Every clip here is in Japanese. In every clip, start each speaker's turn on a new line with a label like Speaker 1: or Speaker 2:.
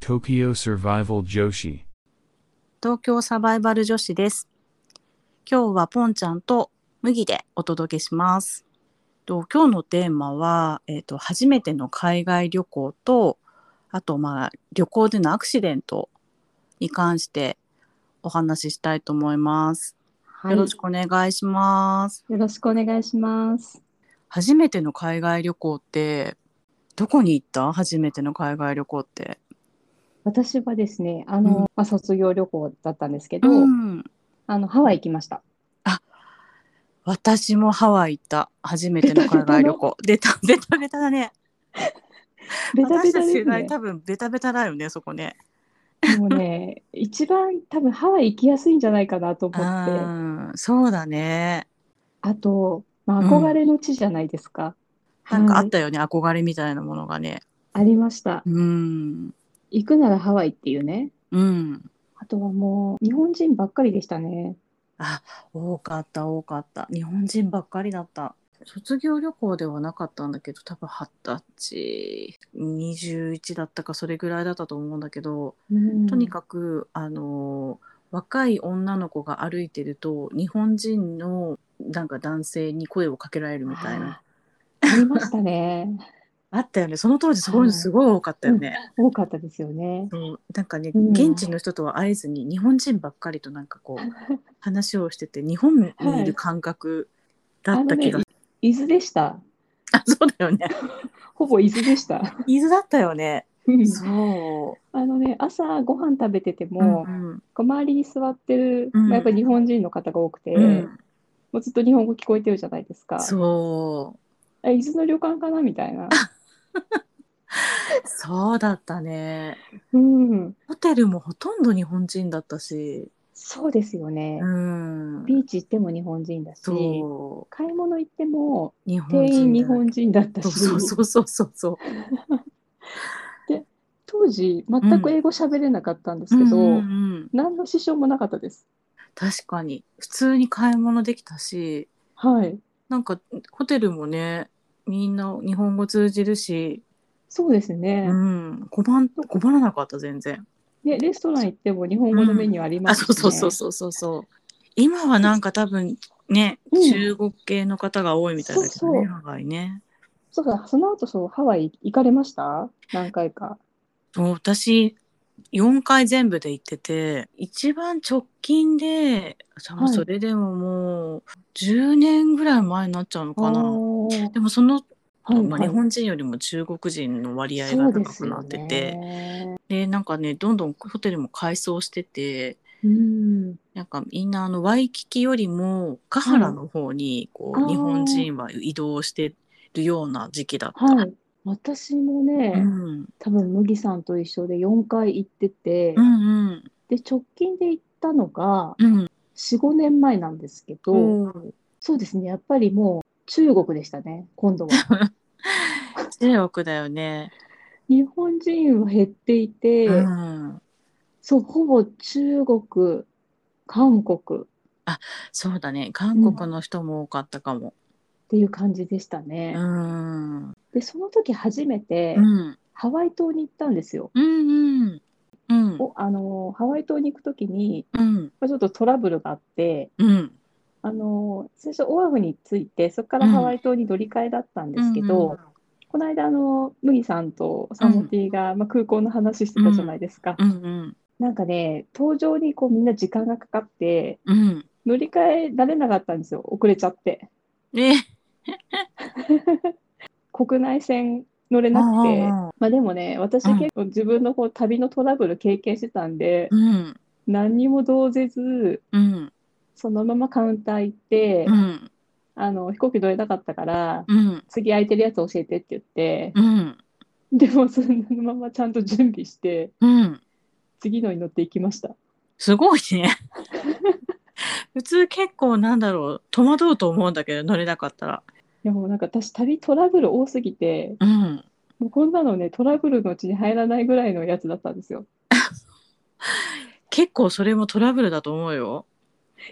Speaker 1: Tokyo Survival Joshi.
Speaker 2: 東京サバイバル女子です。今日はポンちゃんと麦でお届けします。と今日のテーマは、えー、と初めての海外旅行とあとまあ旅行でのアクシデントに関してお話ししたいと思います。
Speaker 3: はい、
Speaker 2: よ
Speaker 3: よ
Speaker 2: ろしくお願いします。
Speaker 3: ろしくお願いします。
Speaker 2: 初めての海外旅行ってどこに行った初めての海外旅行って。
Speaker 3: 私はですね、あの、
Speaker 2: うん
Speaker 3: まあ、卒業旅行だったんですけど、
Speaker 2: ん、
Speaker 3: あの、ハワイ行きました。
Speaker 2: 私もハワイ行った初めての海外旅 行。出た出た出ただね。
Speaker 3: ベタベ
Speaker 2: 私
Speaker 3: タ
Speaker 2: たち
Speaker 3: です
Speaker 2: 世代
Speaker 3: ね。
Speaker 2: 多分ベタベタだよねそこね。
Speaker 3: でもね、一番多分ハワイ行きやすいんじゃないかなと思って、
Speaker 2: うんそうだね。
Speaker 3: あと、まあ、
Speaker 2: うん
Speaker 3: 憧れの地じゃないですか。
Speaker 2: なんかあ
Speaker 3: はい
Speaker 2: ったよね、憧れみたいなものがね。
Speaker 3: ありました。
Speaker 2: うん
Speaker 3: 行くならハワイっていうね。
Speaker 2: うん
Speaker 3: あとはもう、日本人ばっかりでしたね。
Speaker 2: 多かった多かった日本人ばっかりだった。卒業旅行ではなかったんだけど多分二十歳21だったかそれぐらいだったと思うんだけど、とに
Speaker 3: く。
Speaker 2: かくあの若い女の子が歩いてると日本人のなんか男性に声をかけられるみたいな
Speaker 3: あー。ありましたね。
Speaker 2: あったよね。その当時そういうのすごい多かったよね。
Speaker 3: 多かったですよね。
Speaker 2: そうなんかね、
Speaker 3: うん
Speaker 2: 現地の人とは会えずに日本人ばっかりとなんかこう話をしてて日本にいる感覚だった気が、
Speaker 3: あのね伊豆でした。
Speaker 2: あそうだよね。
Speaker 3: ほぼ伊豆でした。
Speaker 2: 伊豆だったよね。
Speaker 3: うん
Speaker 2: そ
Speaker 3: あのね、朝ご飯食べてて
Speaker 2: う。
Speaker 3: も、
Speaker 2: うん
Speaker 3: こう周りに座ってる、
Speaker 2: うん
Speaker 3: まあやっぱり日本人の方が多くて、
Speaker 2: うん
Speaker 3: もうずっと日本語聞こえてるじゃないですか。
Speaker 2: そう。
Speaker 3: え、伊豆の旅館かなみたい な。
Speaker 2: そうだったね。
Speaker 3: うん、
Speaker 2: ホテルもほとんど日本人だったし。
Speaker 3: そうですよね
Speaker 2: う。ん。
Speaker 3: ビーチ行っても日本人だし、
Speaker 2: そう。
Speaker 3: 買い物行っても
Speaker 2: 日本
Speaker 3: 店
Speaker 2: 人
Speaker 3: 員日
Speaker 2: だ。
Speaker 3: 本人だった
Speaker 2: そう
Speaker 3: し、
Speaker 2: そうそうそうそうそう。
Speaker 3: 当時全く英語喋れなかったんですけど、
Speaker 2: うんうんうん
Speaker 3: 何の支障もなかったです。
Speaker 2: 確かに普通に買い物できたし。
Speaker 3: はい。
Speaker 2: なんかホテルもねみんな日本語通じるし、
Speaker 3: そうですね。
Speaker 2: うん、困ん困らなかった全然
Speaker 3: で、レストラン行っても日本語のメニューありま
Speaker 2: あ
Speaker 3: す
Speaker 2: そうそうそう
Speaker 3: しね。
Speaker 2: そうそうそう今はなんか多分ね、
Speaker 3: うん
Speaker 2: 中国系の方が多いみたいだけど
Speaker 3: そう
Speaker 2: ね
Speaker 3: そう
Speaker 2: ハワイね
Speaker 3: そうか、その後そう、ハワイ行かれました何回か。
Speaker 2: そう私4回全部で行ってて一番直近でそ,、
Speaker 3: はい
Speaker 2: それでももう10年ぐらい前になっちゃうのかな
Speaker 3: おー
Speaker 2: でもその、
Speaker 3: はい
Speaker 2: まあ、
Speaker 3: は
Speaker 2: 日
Speaker 3: い
Speaker 2: 本人よりも中国人の割合
Speaker 3: そ
Speaker 2: が
Speaker 3: うで
Speaker 2: 高
Speaker 3: す
Speaker 2: く
Speaker 3: よ
Speaker 2: なってて。
Speaker 3: ね
Speaker 2: でなんかねどんどんホテルも改装してて
Speaker 3: うん、
Speaker 2: なんかみんなあのワイキキよりもカハラの方にこう、
Speaker 3: あー
Speaker 2: 日本人は移動してるような時期だった。
Speaker 3: はい。私もね、
Speaker 2: うん、
Speaker 3: 多分麦さんと一緒で4回行ってて、
Speaker 2: うんうん
Speaker 3: で、直近で行ったのが
Speaker 2: うん
Speaker 3: 4、5年前なんですけど、
Speaker 2: そう
Speaker 3: そうですね、やっぱりもう中国でしたね、今 度は。
Speaker 2: 中国だよね。
Speaker 3: 日本人は減っていて、
Speaker 2: うん、
Speaker 3: そう、ほぼ中国、韓国っ
Speaker 2: そうだね韓国の人も多かったかも。
Speaker 3: ていう感じでした
Speaker 2: う
Speaker 3: ね。
Speaker 2: んうん
Speaker 3: で、その時初めて
Speaker 2: うん
Speaker 3: ハワイ島に行ったんですよ。
Speaker 2: うんうん
Speaker 3: おあのハワイ島に行く時に、
Speaker 2: うん
Speaker 3: まあちょっとトラブルがあって、
Speaker 2: うん
Speaker 3: あの最初オアフに着いて、そこからハワイ島に乗り換えだったんですけど、この間あの麦さんとサモティが、まあ、空港の話してたじゃないですか。
Speaker 2: うんうん
Speaker 3: なんかね、搭乗にこうみんな時間がかかって、
Speaker 2: うん
Speaker 3: 乗り換えられなかったんですよ、遅れちゃって。
Speaker 2: ね
Speaker 3: 国内線乗れなくて、まあ、でもね、私
Speaker 2: うん
Speaker 3: 結構自分のこう旅のトラブル経験してたんで、
Speaker 2: うん
Speaker 3: 何にも動ぜず、
Speaker 2: うん
Speaker 3: そのままカウンター行って、
Speaker 2: うん
Speaker 3: あの飛行機乗れなかったから、
Speaker 2: うん
Speaker 3: 次空いてるやつ教えてって言って、
Speaker 2: うん
Speaker 3: でもそのままちゃんと準備して、
Speaker 2: うん、
Speaker 3: 次のに乗っていきました。
Speaker 2: すごい ね。普通結構なんだろう戸惑うと思うんだけど乗れなかったら。
Speaker 3: でもうなんか私、旅トラブル多すぎて、
Speaker 2: うん、
Speaker 3: もうこんなのね、トラブルのうちに入らないぐらいのやつだったんですよ。
Speaker 2: 結構それもトラブルだと思うよ。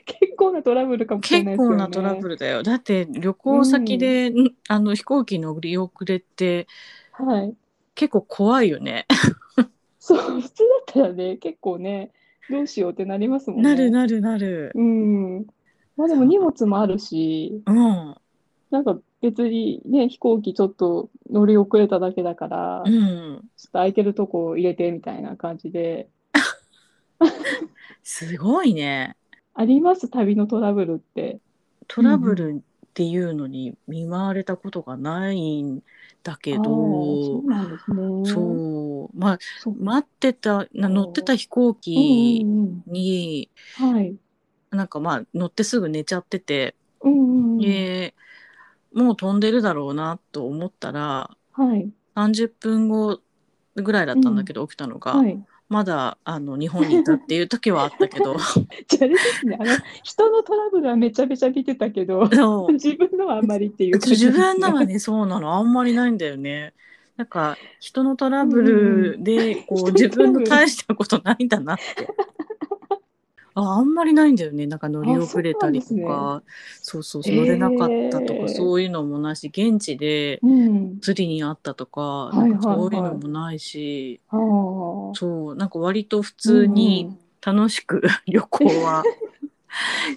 Speaker 3: 結構なトラブルかもしれな
Speaker 2: 結
Speaker 3: いですよ
Speaker 2: 構
Speaker 3: ね。
Speaker 2: なトラブルだよ。だって旅行先で、んあの飛行機乗り遅れって
Speaker 3: はい。
Speaker 2: 結構怖いよね。
Speaker 3: そう、普通だったらね、結構ね、どうしようってなりますもん
Speaker 2: なる
Speaker 3: ね。
Speaker 2: なるなる。
Speaker 3: うん。まあでも荷物もあるし、
Speaker 2: うん。
Speaker 3: なんか別にね、飛行機ちょっと乗り遅れただけだから、
Speaker 2: う
Speaker 3: ちょっ
Speaker 2: ん。
Speaker 3: と空いてるとこ入れてみたいな感じで、
Speaker 2: すごいね。
Speaker 3: あります、旅のトラブルって。
Speaker 2: トラブルっていうのに見舞われたことがないんだけ
Speaker 3: ああ、そ
Speaker 2: ど
Speaker 3: う、なんですね。
Speaker 2: そう、まあ、
Speaker 3: そう。
Speaker 2: 待ってた、な乗ってた飛行
Speaker 3: うんう
Speaker 2: 機
Speaker 3: ん
Speaker 2: に、
Speaker 3: うん。はい。
Speaker 2: なんかまあ、乗ってすぐ寝ちゃってて、
Speaker 3: うんうんうん。
Speaker 2: で、もう飛んでるだろうなと思ったら、
Speaker 3: はい。
Speaker 2: 30分後ぐらいだったんだけど、起きたのが、
Speaker 3: はい。
Speaker 2: まだあの日本にいたっていう時はあったけ ど
Speaker 3: じゃああれですね、あの、人のトラブルはめちゃめちゃ見てたけど、
Speaker 2: そう
Speaker 3: 自分のはあんまりっていう感じ
Speaker 2: 自
Speaker 3: ですね
Speaker 2: 分のはね そうなのあんまりないんだよね。なんか人のトラブルでこ う
Speaker 3: 人
Speaker 2: 自
Speaker 3: のトラ
Speaker 2: 分
Speaker 3: ブル
Speaker 2: の大したことないんだなって。ああんまりないんだよねなんか乗り遅れたりとかそう,、そうそう
Speaker 3: へー
Speaker 2: 乗れなかったとか、そういうのもないし現地で
Speaker 3: うん。
Speaker 2: 釣りにあったとか,、
Speaker 3: はいはいはい
Speaker 2: なんかそういうのもないし
Speaker 3: ああ。
Speaker 2: そうなんか割と普通に楽しく 旅行 は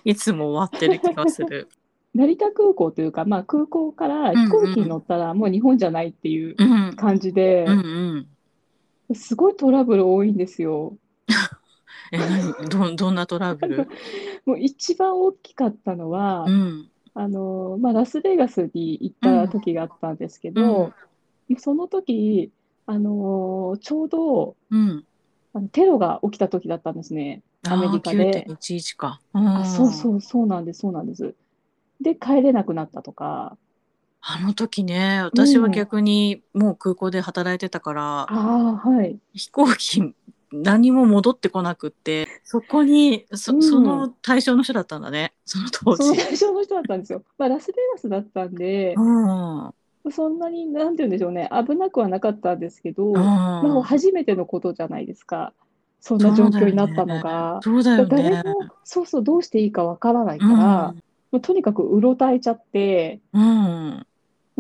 Speaker 2: いつも終わってる気がする。
Speaker 3: 成田空港というか、まあ、空港から飛行機に乗ったらもう日本じゃないっていう
Speaker 2: うん、
Speaker 3: 感じで
Speaker 2: う、んうん
Speaker 3: すごいトラブル多いんですよ。
Speaker 2: え何 どんどんなトラブル
Speaker 3: もう一番大きかったのは
Speaker 2: う、ん
Speaker 3: あの、まあ、ラスベガスに行った時があったんですけど、その時、あの、ちょうど、
Speaker 2: うん
Speaker 3: あのテロが起きた時だったんですね。
Speaker 2: あー
Speaker 3: アメリカで
Speaker 2: 9.11か
Speaker 3: あ、そう
Speaker 2: う
Speaker 3: そ
Speaker 2: ん
Speaker 3: う、そうなんです、そうなんです。で、帰れなくなったとか、
Speaker 2: あの時ね私は逆にもう空港で働いてたから、
Speaker 3: ああ、はい。
Speaker 2: 飛行機何も戻ってこなくってそこにそ,、
Speaker 3: うん
Speaker 2: その対象の人だったんだねその当
Speaker 3: その
Speaker 2: 時。
Speaker 3: 対象の人だったんですよ。まあ、ラスベガスだったんで、
Speaker 2: うんうん
Speaker 3: そんなに、なんて言うんでしょうね、危なくはなかったんですけど、まあ、もう初めてのことじゃないですか。そんな状況になったのが。
Speaker 2: そうだよね。
Speaker 3: 誰も、そうそう、どうしていいかわからないから、もうとにかくうろたえちゃって、
Speaker 2: うん、うん、
Speaker 3: もう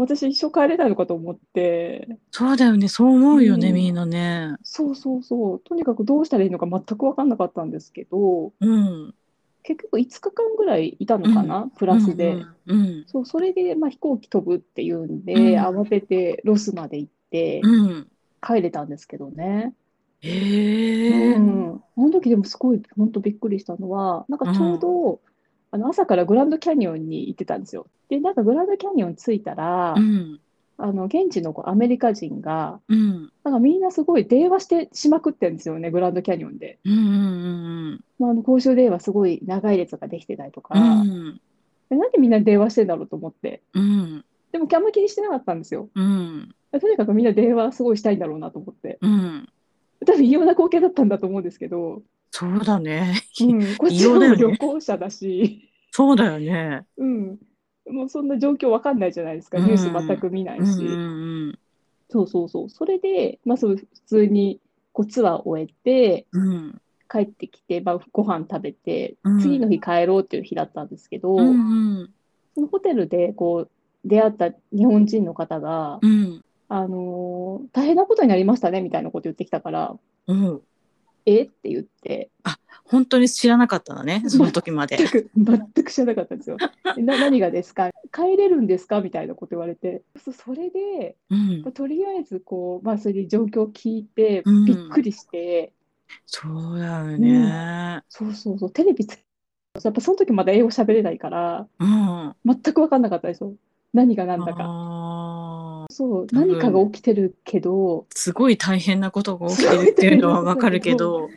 Speaker 3: 私一生帰れないのかと思って、
Speaker 2: そうだよねそう思うよね、
Speaker 3: うん
Speaker 2: みんなね。
Speaker 3: そうそうそう、とにかくどうしたらいいのか全くわかんなかったんですけど、
Speaker 2: うん、
Speaker 3: 結局5日間ぐらいいたのかな、プラスで。
Speaker 2: うん
Speaker 3: そう、それで、まあ、飛行機飛ぶっていうんで、
Speaker 2: うん
Speaker 3: 慌ててロスまで行って
Speaker 2: うん、うん
Speaker 3: 帰れたんですけどね。
Speaker 2: ええ
Speaker 3: うん。あの時でもすごい、本当びっくりしたのは、なんかちょうど、あの朝からグランドキャニオンに行ってたんですよ。で、なんかグランドキャニオン着いたら、
Speaker 2: うん
Speaker 3: あの、現地のこうアメリカ人が、
Speaker 2: うん
Speaker 3: なんかみんなすごい電話してしまくってんですよね、グランドキャニオンで。
Speaker 2: うんうん
Speaker 3: まあ、あの公衆電話すごい長い列ができてたりとか、
Speaker 2: うんうん
Speaker 3: でなんでみんな電話してんだろうと思って。
Speaker 2: うん
Speaker 3: でも、あんま気にしてなかったんですよ。
Speaker 2: うん
Speaker 3: とにかくみんな電話すごいしたいんだろうなと思って。
Speaker 2: うん
Speaker 3: 多分異様な光景だったんだと思うんですけど、
Speaker 2: そうだね。
Speaker 3: うん、こっ
Speaker 2: 異
Speaker 3: ち
Speaker 2: 様だよ
Speaker 3: も
Speaker 2: ね
Speaker 3: 旅行者だし、
Speaker 2: そうだよね。
Speaker 3: うん、もうそんな状況わかんないじゃないですか、
Speaker 2: うん
Speaker 3: ニュース全く見な
Speaker 2: う
Speaker 3: い
Speaker 2: ん
Speaker 3: し、
Speaker 2: うん
Speaker 3: そうそうそう、それで、まあ、そう普通にこうツアーを終えて、
Speaker 2: うん
Speaker 3: 帰ってきて、まあ、ご飯食べて
Speaker 2: うん、
Speaker 3: 次の日帰ろうっていう日だったんですけど、
Speaker 2: うんうん
Speaker 3: そのホテルでこう出会った日本人の方が、
Speaker 2: うん
Speaker 3: あのー大変なことになりましたねみたいなこと言ってきたから、
Speaker 2: うん
Speaker 3: えって言って。
Speaker 2: 本当に知らなかったんだねその時まで。
Speaker 3: 全く、全く知らなかったんですよ。えな何がですか帰れるんですかみたいなこと言われて。そそれで、
Speaker 2: うん
Speaker 3: とりあえず、こう、まあ、それで状況を聞いて
Speaker 2: うん、
Speaker 3: びっくりして、
Speaker 2: そうだよね。
Speaker 3: そうそうそう、テレビつけやっぱその時まだ英語喋れないから、
Speaker 2: うん。
Speaker 3: 全く分かんなかったですよ。何が何だか。
Speaker 2: あー
Speaker 3: そう、
Speaker 2: 多分
Speaker 3: 何かが起きてるけど、
Speaker 2: すごい大変なことが起きてるっていうのはわかるけど。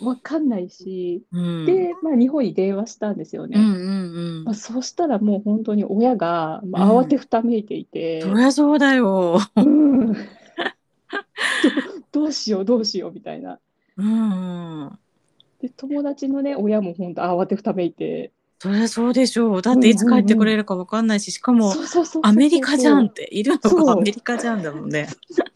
Speaker 3: 分かんないし、
Speaker 2: うん
Speaker 3: で、まあ、日本に電話したんですよ
Speaker 2: うん
Speaker 3: ね。
Speaker 2: うんう
Speaker 3: まあ、
Speaker 2: ん。
Speaker 3: そうしたらもう本当に親が、まあ、
Speaker 2: うん
Speaker 3: 慌てふためいていて、
Speaker 2: そりゃそうだよ。
Speaker 3: うんど どうしようどうしようみたいな。
Speaker 2: うんうん。
Speaker 3: で友達のね親も本当慌てふためいて
Speaker 2: そりゃそうでしょう。だっていつ帰ってくれるかわかんないし、しかも
Speaker 3: そうそうそうそう
Speaker 2: アメリカじゃんって、いるの
Speaker 3: そう
Speaker 2: がアメリカじゃんだもんね。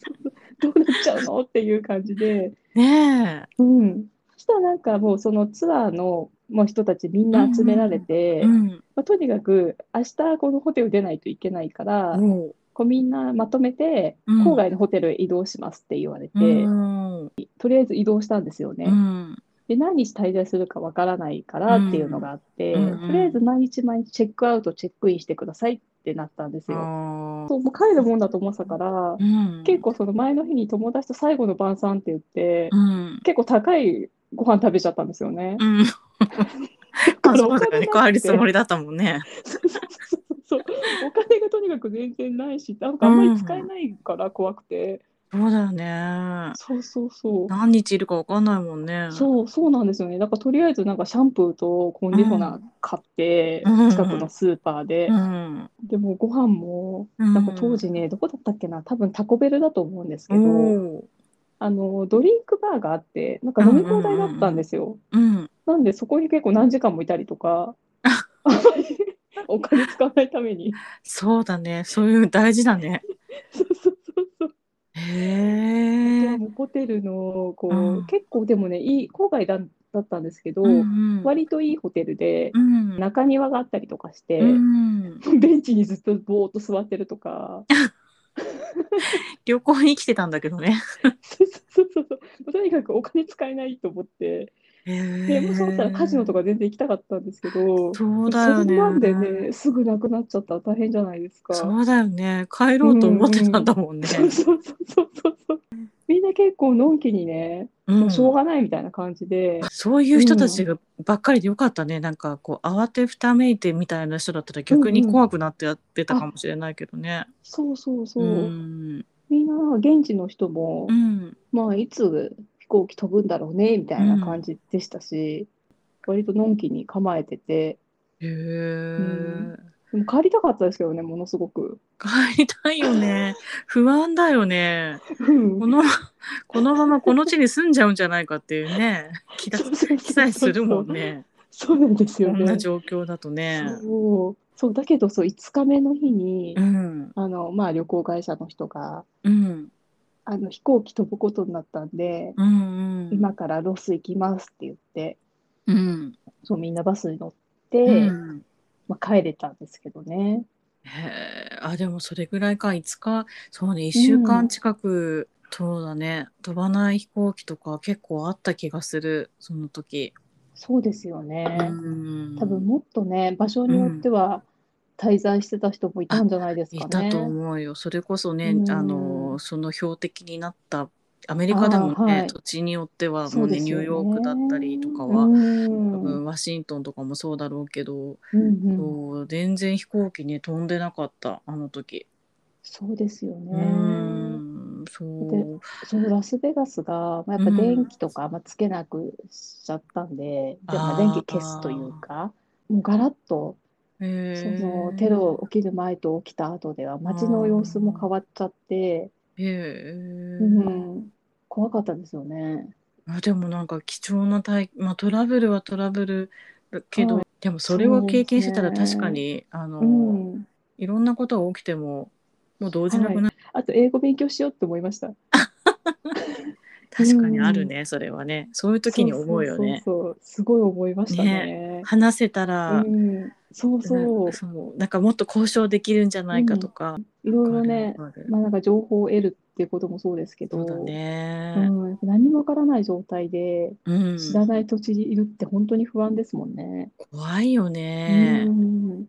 Speaker 3: どうなっちゃうのっていう感じで、
Speaker 2: ね
Speaker 3: うん、そしたらなんかもうそのツアーのもう人たちみんな集められて、
Speaker 2: え。うん。
Speaker 3: まあ、とにかく明日このホテル出ないといけないから、
Speaker 2: も
Speaker 3: こうみんなまとめて
Speaker 2: うん
Speaker 3: 郊外のホテルへ移動しますって言われて、
Speaker 2: う。うん。
Speaker 3: とりあえず移動したんですよね。
Speaker 2: うん
Speaker 3: で、何日滞在するかわからないからっていうのがあって、
Speaker 2: うんうんうん
Speaker 3: とりあえず毎日毎日チェックアウト、チェックインしてくださいってなったんですよ。
Speaker 2: あー
Speaker 3: そう、もう帰るもんだと思ってたから、
Speaker 2: うん
Speaker 3: 結構その前の日に友達と最後の晩餐って言って、
Speaker 2: うん
Speaker 3: 結構高いご飯食べちゃったんですよね。
Speaker 2: うん、
Speaker 3: だ
Speaker 2: あ
Speaker 3: から
Speaker 2: そ
Speaker 3: お
Speaker 2: うだよ
Speaker 3: 金
Speaker 2: ね
Speaker 3: なく
Speaker 2: 帰るつ
Speaker 3: て
Speaker 2: もりだったもんね。
Speaker 3: そうお金がとにかく全然ないし、なんかあんまり使えないから怖くて、
Speaker 2: そうだよね。
Speaker 3: そうそうそう。
Speaker 2: 何日いるかわかんないもんね。
Speaker 3: そう、そうなんですよね。だからとりあえずなんかシャンプーとコンディショナー買って、
Speaker 2: うん
Speaker 3: 近くのスーパーで
Speaker 2: う、ん。
Speaker 3: でもご飯も、
Speaker 2: うん
Speaker 3: なんか当時ね、どこだったっけな、多分タコベルだと思うんですけ
Speaker 2: お
Speaker 3: ど、
Speaker 2: お。
Speaker 3: あの、ドリンクバーがあって、なんか飲み放題だったんですよ。
Speaker 2: うん。
Speaker 3: なんでそこに結構何時間もいたり とか、あんまりお金使わないために。
Speaker 2: そうだね。そういうの大事だね。
Speaker 3: そうそうそうそう。
Speaker 2: へ
Speaker 3: で
Speaker 2: え。
Speaker 3: もうホテルの、こ
Speaker 2: うん
Speaker 3: う、結構でもね、いい、郊外だ、だったんですけど、
Speaker 2: うんうん
Speaker 3: 割といいホテルで
Speaker 2: う、ん。
Speaker 3: 中庭があったりとかして、
Speaker 2: うん
Speaker 3: ベンチにずっとぼーっと座ってる とか、
Speaker 2: 旅行に来てたんだけどね。
Speaker 3: そうそうそうそう、とにかくお金使えないと思って、でもうそろそろカジノと
Speaker 2: か。
Speaker 3: か全然行きたかったんですけど、
Speaker 2: そうだよ
Speaker 3: そ
Speaker 2: ね。
Speaker 3: んなんでね、すぐなくなっちゃったら大変じゃないですか。
Speaker 2: そうだよね。帰ろうと思ってたんだもんね。
Speaker 3: そうそうそうそうそうそう。みんな結構のんきにね、
Speaker 2: う
Speaker 3: も
Speaker 2: ん
Speaker 3: うしょうがないみたいな感じで、
Speaker 2: そういう人たちがばっかりでよかったね、なんかこう慌てふためいてみたいな人だったら逆に怖くなってやってたかもしれないけどね。
Speaker 3: そうそうそうう、
Speaker 2: ん
Speaker 3: みんななんか現地の人も、
Speaker 2: うん
Speaker 3: まあいつ飛行機飛ぶんだろうねみたいな感じでしたし、割とのんきに構えてて、
Speaker 2: へえ
Speaker 3: んでも帰りたかったですけどね、ものすごく。
Speaker 2: 帰りたいよね不安だよね
Speaker 3: うん
Speaker 2: このこのままこの地に住んじゃうんじゃないかっていうね気が
Speaker 3: そうそうそう
Speaker 2: 気さえするもんね
Speaker 3: そうなんですよ
Speaker 2: こんな
Speaker 3: ね。
Speaker 2: 状況だとね。
Speaker 3: そうそうだけどそう5日目の日に、
Speaker 2: うん
Speaker 3: あのまあ、旅行会社の人が
Speaker 2: うん
Speaker 3: あの飛行機飛ぶことになったんで、
Speaker 2: うんうん
Speaker 3: 今からロス行きますって言って
Speaker 2: うん
Speaker 3: そうみんなバスに乗って、
Speaker 2: うん
Speaker 3: まあ、帰れたんですけどね。
Speaker 2: へえあでもそれぐらいか5日そうね1週間近く、そうだね飛ばない飛行機とか結構あった気がするその時、
Speaker 3: そうですよ
Speaker 2: う
Speaker 3: ね。
Speaker 2: ん、
Speaker 3: 多分もっとね場所によっては滞在してた人もいたんじゃないです
Speaker 2: い
Speaker 3: か
Speaker 2: た
Speaker 3: ね。
Speaker 2: と思うよそれこそね、
Speaker 3: うん
Speaker 2: あのその標的になったアメリカでも
Speaker 3: あー
Speaker 2: ね、
Speaker 3: はい
Speaker 2: 土地によっては
Speaker 3: そ
Speaker 2: もう
Speaker 3: う
Speaker 2: ね
Speaker 3: です
Speaker 2: ニ
Speaker 3: よ
Speaker 2: ュー
Speaker 3: ね
Speaker 2: ヨークだったりとかは、
Speaker 3: うん
Speaker 2: 多分ワシントンとかもそうだろうけど、
Speaker 3: うんうん
Speaker 2: そう全然飛行機ね飛んでなかったあの時。
Speaker 3: そうですよ
Speaker 2: う
Speaker 3: ね。
Speaker 2: んそう
Speaker 3: そうラスベガスが、まあ、やっぱ電気とかあんまつけなくしちゃったんで、でま
Speaker 2: あ
Speaker 3: あ、
Speaker 2: ー
Speaker 3: 電気消すというか、もうガラッとそ
Speaker 2: へえ
Speaker 3: のテロ起きる前と起きた後では街の様子も変わっちゃって、
Speaker 2: へえ、
Speaker 3: うん、怖かったですよね。
Speaker 2: あでもなんか貴重な体、まあ、トラブルはトラブルだけど、
Speaker 3: はい
Speaker 2: でもそれを経験してたら
Speaker 3: そうです
Speaker 2: 確
Speaker 3: ね
Speaker 2: かに、あの、
Speaker 3: うん、
Speaker 2: いろんなことが起きてももう動じなくなる、
Speaker 3: あと英語勉強しようって思いました。
Speaker 2: 確かにあるねそれはねそういう時に思うよね。
Speaker 3: そうそうそうそうすごい思いましたね。
Speaker 2: 話せたら、
Speaker 3: うん、そうそう
Speaker 2: な、そうなんかもっと交渉できるんじゃないかとか、
Speaker 3: いろいろね、
Speaker 2: わかるわかる
Speaker 3: まあなんか情報を得るっていうこともそうですけ
Speaker 2: そ
Speaker 3: ど、
Speaker 2: うだね
Speaker 3: う、ん、何もわからない状態で
Speaker 2: うん
Speaker 3: 知らない土地にいるって本当に不安ですもんね。
Speaker 2: 怖いよ
Speaker 3: う
Speaker 2: ね、
Speaker 3: ん、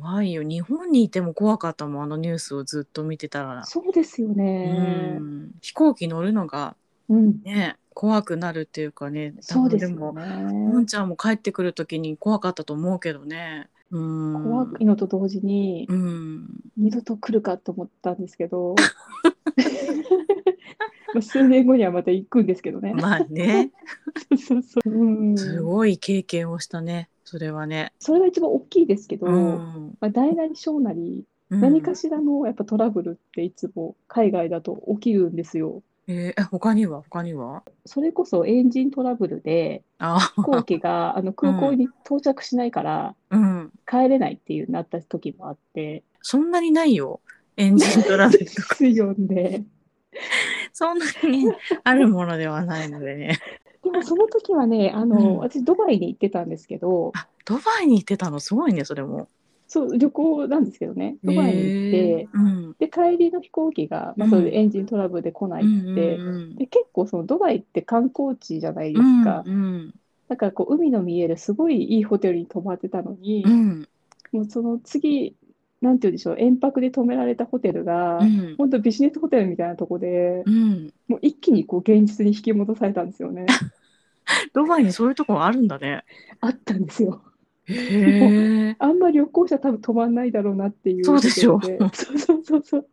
Speaker 2: 怖いよ日本にいても怖かったもんあのニュースをずっと見てたら、
Speaker 3: そうですよ
Speaker 2: う
Speaker 3: ね。
Speaker 2: ん、飛行機乗るのが
Speaker 3: うん、
Speaker 2: ね怖くなるっていうかね多
Speaker 3: そう
Speaker 2: 分
Speaker 3: です
Speaker 2: でも
Speaker 3: よね。
Speaker 2: もんちゃんも帰ってくる時に怖かったと思うけどねうん
Speaker 3: 怖いのと同時に、
Speaker 2: うん
Speaker 3: 二度と来るかと思ったんですけど、 まあ数年後にはまた行くんですけどね。
Speaker 2: まあね
Speaker 3: そうそう。うん、
Speaker 2: すごい経験をしたねそれはね、
Speaker 3: それが一番大きいですけど、
Speaker 2: うん
Speaker 3: まあ、大なり小なり、
Speaker 2: うん
Speaker 3: 何かしらのやっぱトラブルっていつも海外だと起きるんですよ。
Speaker 2: えー、え他には他には
Speaker 3: それこそエンジントラブルで
Speaker 2: あ
Speaker 3: 飛行機 があの空港に到着しないから
Speaker 2: うん
Speaker 3: 帰れないっていうなった時もあって、
Speaker 2: そんなにないよエンジントラブル
Speaker 3: ですよね。
Speaker 2: そんなにあるものではないのでね
Speaker 3: でもその時はね、あの、
Speaker 2: うん
Speaker 3: 私ドバイに行ってたんですけど、
Speaker 2: あドバイに行ってたのすごいねそれも
Speaker 3: そう、旅行なんですけどね、ドバイに行って、
Speaker 2: へーうん
Speaker 3: で、帰りの飛行機が、まあ、そういうエンジントラブルで来ないって、
Speaker 2: うんうん
Speaker 3: で、結構そのドバイって観光地じゃないで
Speaker 2: う
Speaker 3: す
Speaker 2: ん
Speaker 3: か。
Speaker 2: うん
Speaker 3: だからこう、海の見えるすごいいいホテルに泊まってたのに
Speaker 2: う、ん
Speaker 3: もうその次、なんて言うんでしょう、延泊で泊められたホテルが
Speaker 2: う、ん
Speaker 3: 本当ビジネスホテルみたいなとこで、
Speaker 2: うん
Speaker 3: もう一気にこう現実に引き戻されたんです よね。
Speaker 2: ドバイにそういうとこあるんだね。
Speaker 3: あったんですよ。
Speaker 2: へえ。
Speaker 3: あんま旅行者多分止まんないだろうなっていう
Speaker 2: そうでしょう
Speaker 3: ところ でそうそうそうそう。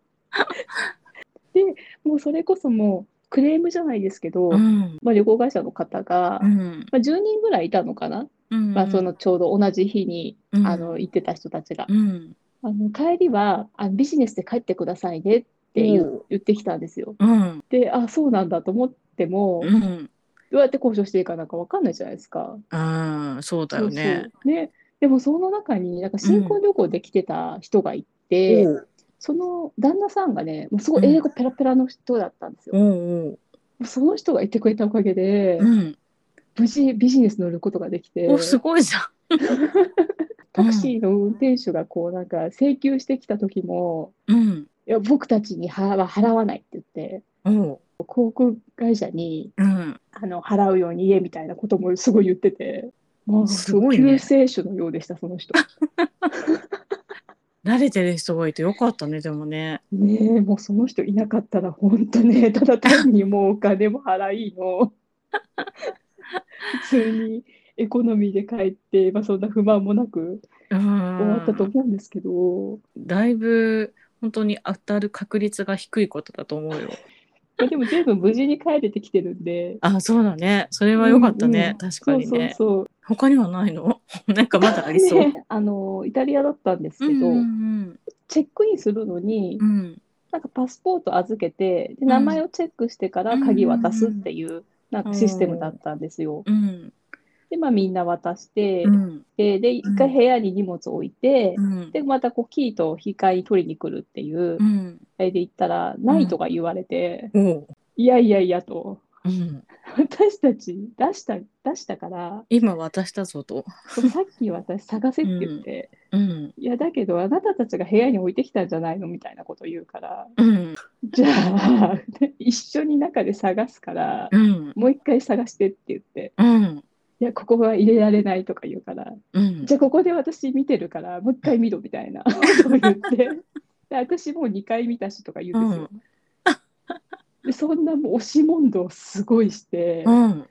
Speaker 3: で、もうそれこそもうクレームじゃないですけど、
Speaker 2: うん
Speaker 3: まあ、旅行会社の方が、
Speaker 2: う
Speaker 3: ま
Speaker 2: ん
Speaker 3: あ、10人ぐらいいたのかな、
Speaker 2: うん
Speaker 3: まあ、そのちょうど同じ日に、
Speaker 2: うん
Speaker 3: あの行ってた人たちが。
Speaker 2: うん
Speaker 3: あの帰りはあビジネスで帰ってくださいねっていう言ってきたんですよ。
Speaker 2: うん
Speaker 3: で、あ、そうなんだと思っても、
Speaker 2: うん
Speaker 3: どうやって交渉していいかなんか分かんないじゃないですか。
Speaker 2: うんそうだよね
Speaker 3: そう。そうねでもその中になんか新婚旅行で来てた人がいて、その旦那さんがねもうすごい英語ペラペラの人だったんですよ。
Speaker 2: おうおう
Speaker 3: もうその人がいてくれたおかげで、
Speaker 2: うん
Speaker 3: 無事ビジネス乗ることができて
Speaker 2: おすごいじゃん。
Speaker 3: タクシーの運転手がこうなんか請求してきた時も
Speaker 2: うん
Speaker 3: いや僕たちに払わ払わないって言って
Speaker 2: おう
Speaker 3: 航空会社に
Speaker 2: うん
Speaker 3: あの払うように言えみたいなこともすごい言ってて。もう
Speaker 2: すごいね
Speaker 3: 救世主のようでした、その人。
Speaker 2: 慣れてる人がいてよかったねでもね。
Speaker 3: ねえ、もうその人いなかったら本当ね、ただ単にもうお金も払いの、普通にエコノミーで帰って、まあ、そんな不満もなく
Speaker 2: 終
Speaker 3: 終わったと思うんですけど、
Speaker 2: だいぶ本当に当たる確率が低いことだと思うよ。
Speaker 3: まあでも全部無事に帰れてきてるんで、
Speaker 2: あそうだねそれは良かったね、
Speaker 3: うんうん
Speaker 2: 確かにね。
Speaker 3: そうそう
Speaker 2: 他にはないの なんかまだあり
Speaker 3: そう。
Speaker 2: そう。
Speaker 3: ね、あの、イタリアだったんですけ
Speaker 2: うん
Speaker 3: ど、
Speaker 2: うん
Speaker 3: チェックインするのに
Speaker 2: う、ん
Speaker 3: なんかパスポート預けて、で
Speaker 2: ん
Speaker 3: 名前をチェックしてから鍵渡すっていう、なんかシステムだったんですよ。
Speaker 2: うん
Speaker 3: で、まあみんな渡して
Speaker 2: う、ん
Speaker 3: で、で、一回部屋に荷物置いて
Speaker 2: う、ん
Speaker 3: で、またこう、キーと引き換えに取りに来るっていう
Speaker 2: う、ん
Speaker 3: あれで行ったら、ないとか言われて、
Speaker 2: おう
Speaker 3: いやいやいやと、
Speaker 2: うん
Speaker 3: 私たち出した、出したから、
Speaker 2: 今渡したぞと。
Speaker 3: そうさっき私探せって言って、
Speaker 2: うん
Speaker 3: いや、だけどあなたたちが部屋に置いてきたんじゃないのみたいなこと言うから、
Speaker 2: うん
Speaker 3: じゃあ、 一緒に中で探すから、
Speaker 2: うん
Speaker 3: もう一回探してって言って、
Speaker 2: うん
Speaker 3: いや、ここは入れられないとか言うから、
Speaker 2: うん
Speaker 3: じゃあここで私見てるからもう一回見ろみたいなことを言ってで私もう2回見たしとか言うんですよ。でそんなもう押し問答をすごいして、
Speaker 2: うん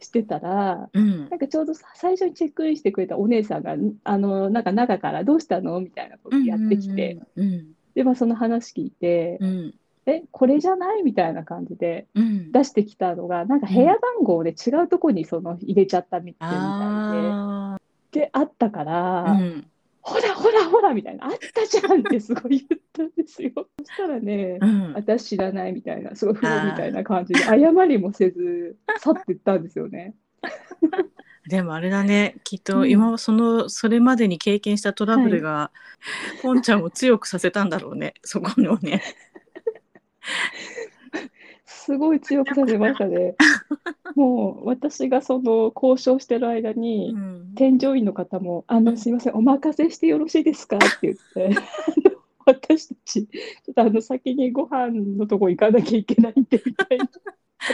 Speaker 3: してたら
Speaker 2: うん
Speaker 3: なんかちょうどさ最初にチェックインしてくれたお姉さんがあのなんか中から「どうしたの?」みたいなことやってきて、
Speaker 2: うん
Speaker 3: で、まあ、その話聞いて
Speaker 2: うんうん
Speaker 3: 「えこれじゃない?」みたいな感じで
Speaker 2: うん
Speaker 3: 出してきたのがなんか部屋番号で違うとこにその入れちゃったみたいで、
Speaker 2: あ
Speaker 3: であったから。
Speaker 2: ーうん
Speaker 3: ほらほらほらみたいな、あったじゃんってすごい言ったん ですよ。そしたらね、
Speaker 2: うん
Speaker 3: 私知らないみたいな、すごい不
Speaker 2: あー
Speaker 3: 安みたいな感じで、謝りもせず、去ってったんですよね。
Speaker 2: でもあれだねきっ
Speaker 3: う
Speaker 2: と
Speaker 3: ん
Speaker 2: 今そのそれまでに経験したトラブルがポンちゃんを強くさせたんだろうね そこのね。
Speaker 3: すごい強くさせまし たね。もう私がその交渉してる間に、
Speaker 2: うん
Speaker 3: 添乗員の方も、あの、すいません、お任せしてよろしいですかって言って。 私たち、ちょっとあの先にご飯のとこ行かなきゃいけないんで みたいな、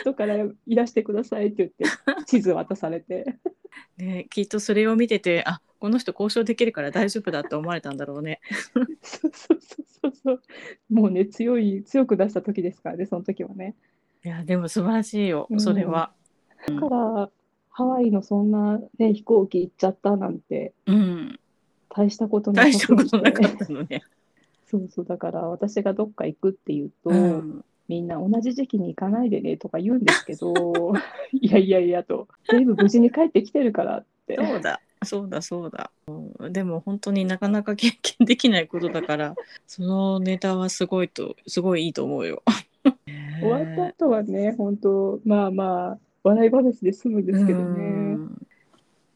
Speaker 3: 後からいらしてくださいって言って、地図渡されて。
Speaker 2: ね、きっとそれを見ててあこの人交渉できるから大丈夫だって思われたんだろうね。
Speaker 3: そうそうそうそうそう。もうね、強い、強く出した時ですからね、その時はね。
Speaker 2: いやでも素晴らしいよ
Speaker 3: うん
Speaker 2: それは。
Speaker 3: だから、ハワイのそんな、ね、飛行機行っちゃったなんて、
Speaker 2: うん、
Speaker 3: 大したことな
Speaker 2: 大
Speaker 3: さ
Speaker 2: し
Speaker 3: す
Speaker 2: たこ
Speaker 3: ぎ。
Speaker 2: となかってたの ね。
Speaker 3: そうそう、だから私がどっか行くっていうと、
Speaker 2: うん
Speaker 3: みんな同じ時期に行かないでねとか言うんですけど、 いやいやいやと、全部無事に帰ってきてるからって。
Speaker 2: そうだそうだそうだ、うんでも本当になかなか経験できないことだからそのネタはすごいとすごいいいと思うよ。
Speaker 3: 終わった後はね、本当まあまあ、笑い話で済むんですけど
Speaker 2: う
Speaker 3: ね。
Speaker 2: ん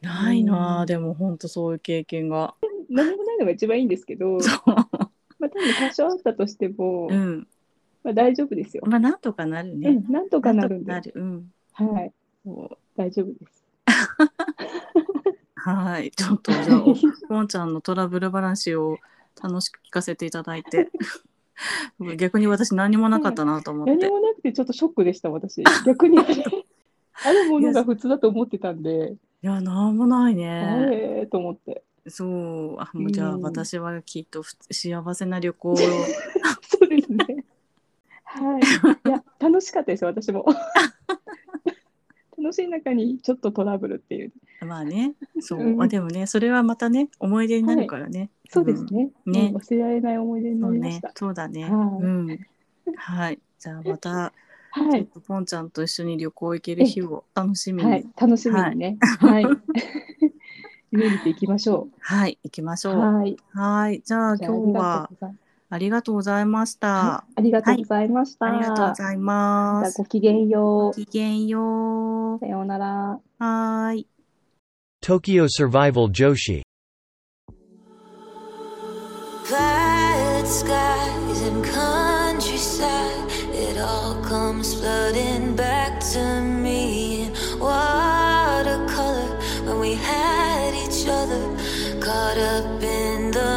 Speaker 2: ないなあ、
Speaker 3: うん
Speaker 2: でも本当そういう経験が。
Speaker 3: 何もないのが一番いいんですけど、
Speaker 2: そう
Speaker 3: まあ多分多少あったとしても、
Speaker 2: うん、
Speaker 3: まあ、大丈夫ですよ。
Speaker 2: まあなんとかなるね。
Speaker 3: うん、なんとかなるんで
Speaker 2: な。んとかなる。うん
Speaker 3: はい、
Speaker 2: そう
Speaker 3: 大丈夫です。
Speaker 2: はい、ちょっとじ ゃあ、ポンちゃんのトラブル話を楽しく聞かせていただい て、逆に私何もなかったなと思っ
Speaker 3: 何
Speaker 2: て。
Speaker 3: もなくてちょっとショックでした、私。逆にあるものが普通だと思ってたんで、
Speaker 2: いや、何もない
Speaker 3: あ
Speaker 2: ね。
Speaker 3: れーと思って。
Speaker 2: そう、あ、もうじゃあ
Speaker 3: うん
Speaker 2: 私はきっとふ幸せな旅 行を。
Speaker 3: そうですね。はい。いや、楽しかったですよ、私 も。楽しい中にちょっとトラブルっていう。
Speaker 2: まあね、そうう、
Speaker 3: ん
Speaker 2: まあでもね、それはまたね、思い出になるからね。
Speaker 3: そうですね。
Speaker 2: うんね
Speaker 3: うん忘れられない思い出に
Speaker 2: そ
Speaker 3: な
Speaker 2: う
Speaker 3: りま
Speaker 2: ね
Speaker 3: した。、
Speaker 2: そうだね。
Speaker 3: は
Speaker 2: う
Speaker 3: い
Speaker 2: ん。はい、じゃあまた、
Speaker 3: は
Speaker 2: ちょっ
Speaker 3: い。
Speaker 2: とポンちゃんと一緒に旅行行ける日を楽しみに。
Speaker 3: はい。楽しみにね。はい。 夢見ていきましょ
Speaker 2: はい、行きまし
Speaker 3: う。
Speaker 2: ょう。
Speaker 3: はい。
Speaker 2: はい、じゃあ
Speaker 3: じゃああ
Speaker 2: 今
Speaker 3: り
Speaker 2: 日は
Speaker 3: がとうござい
Speaker 2: ありがとうございました
Speaker 3: は。いありがとうございました。
Speaker 2: ありがとうございま
Speaker 3: じゃあ
Speaker 2: す。
Speaker 3: ごきげんよ
Speaker 2: ごきげんよう
Speaker 3: う。。さようなら。
Speaker 2: はーい。
Speaker 4: Tokyo Survival Joshi.
Speaker 5: Violet skies and countryside, it all comes flooding back to me in watercolor when we had each other, caught up in the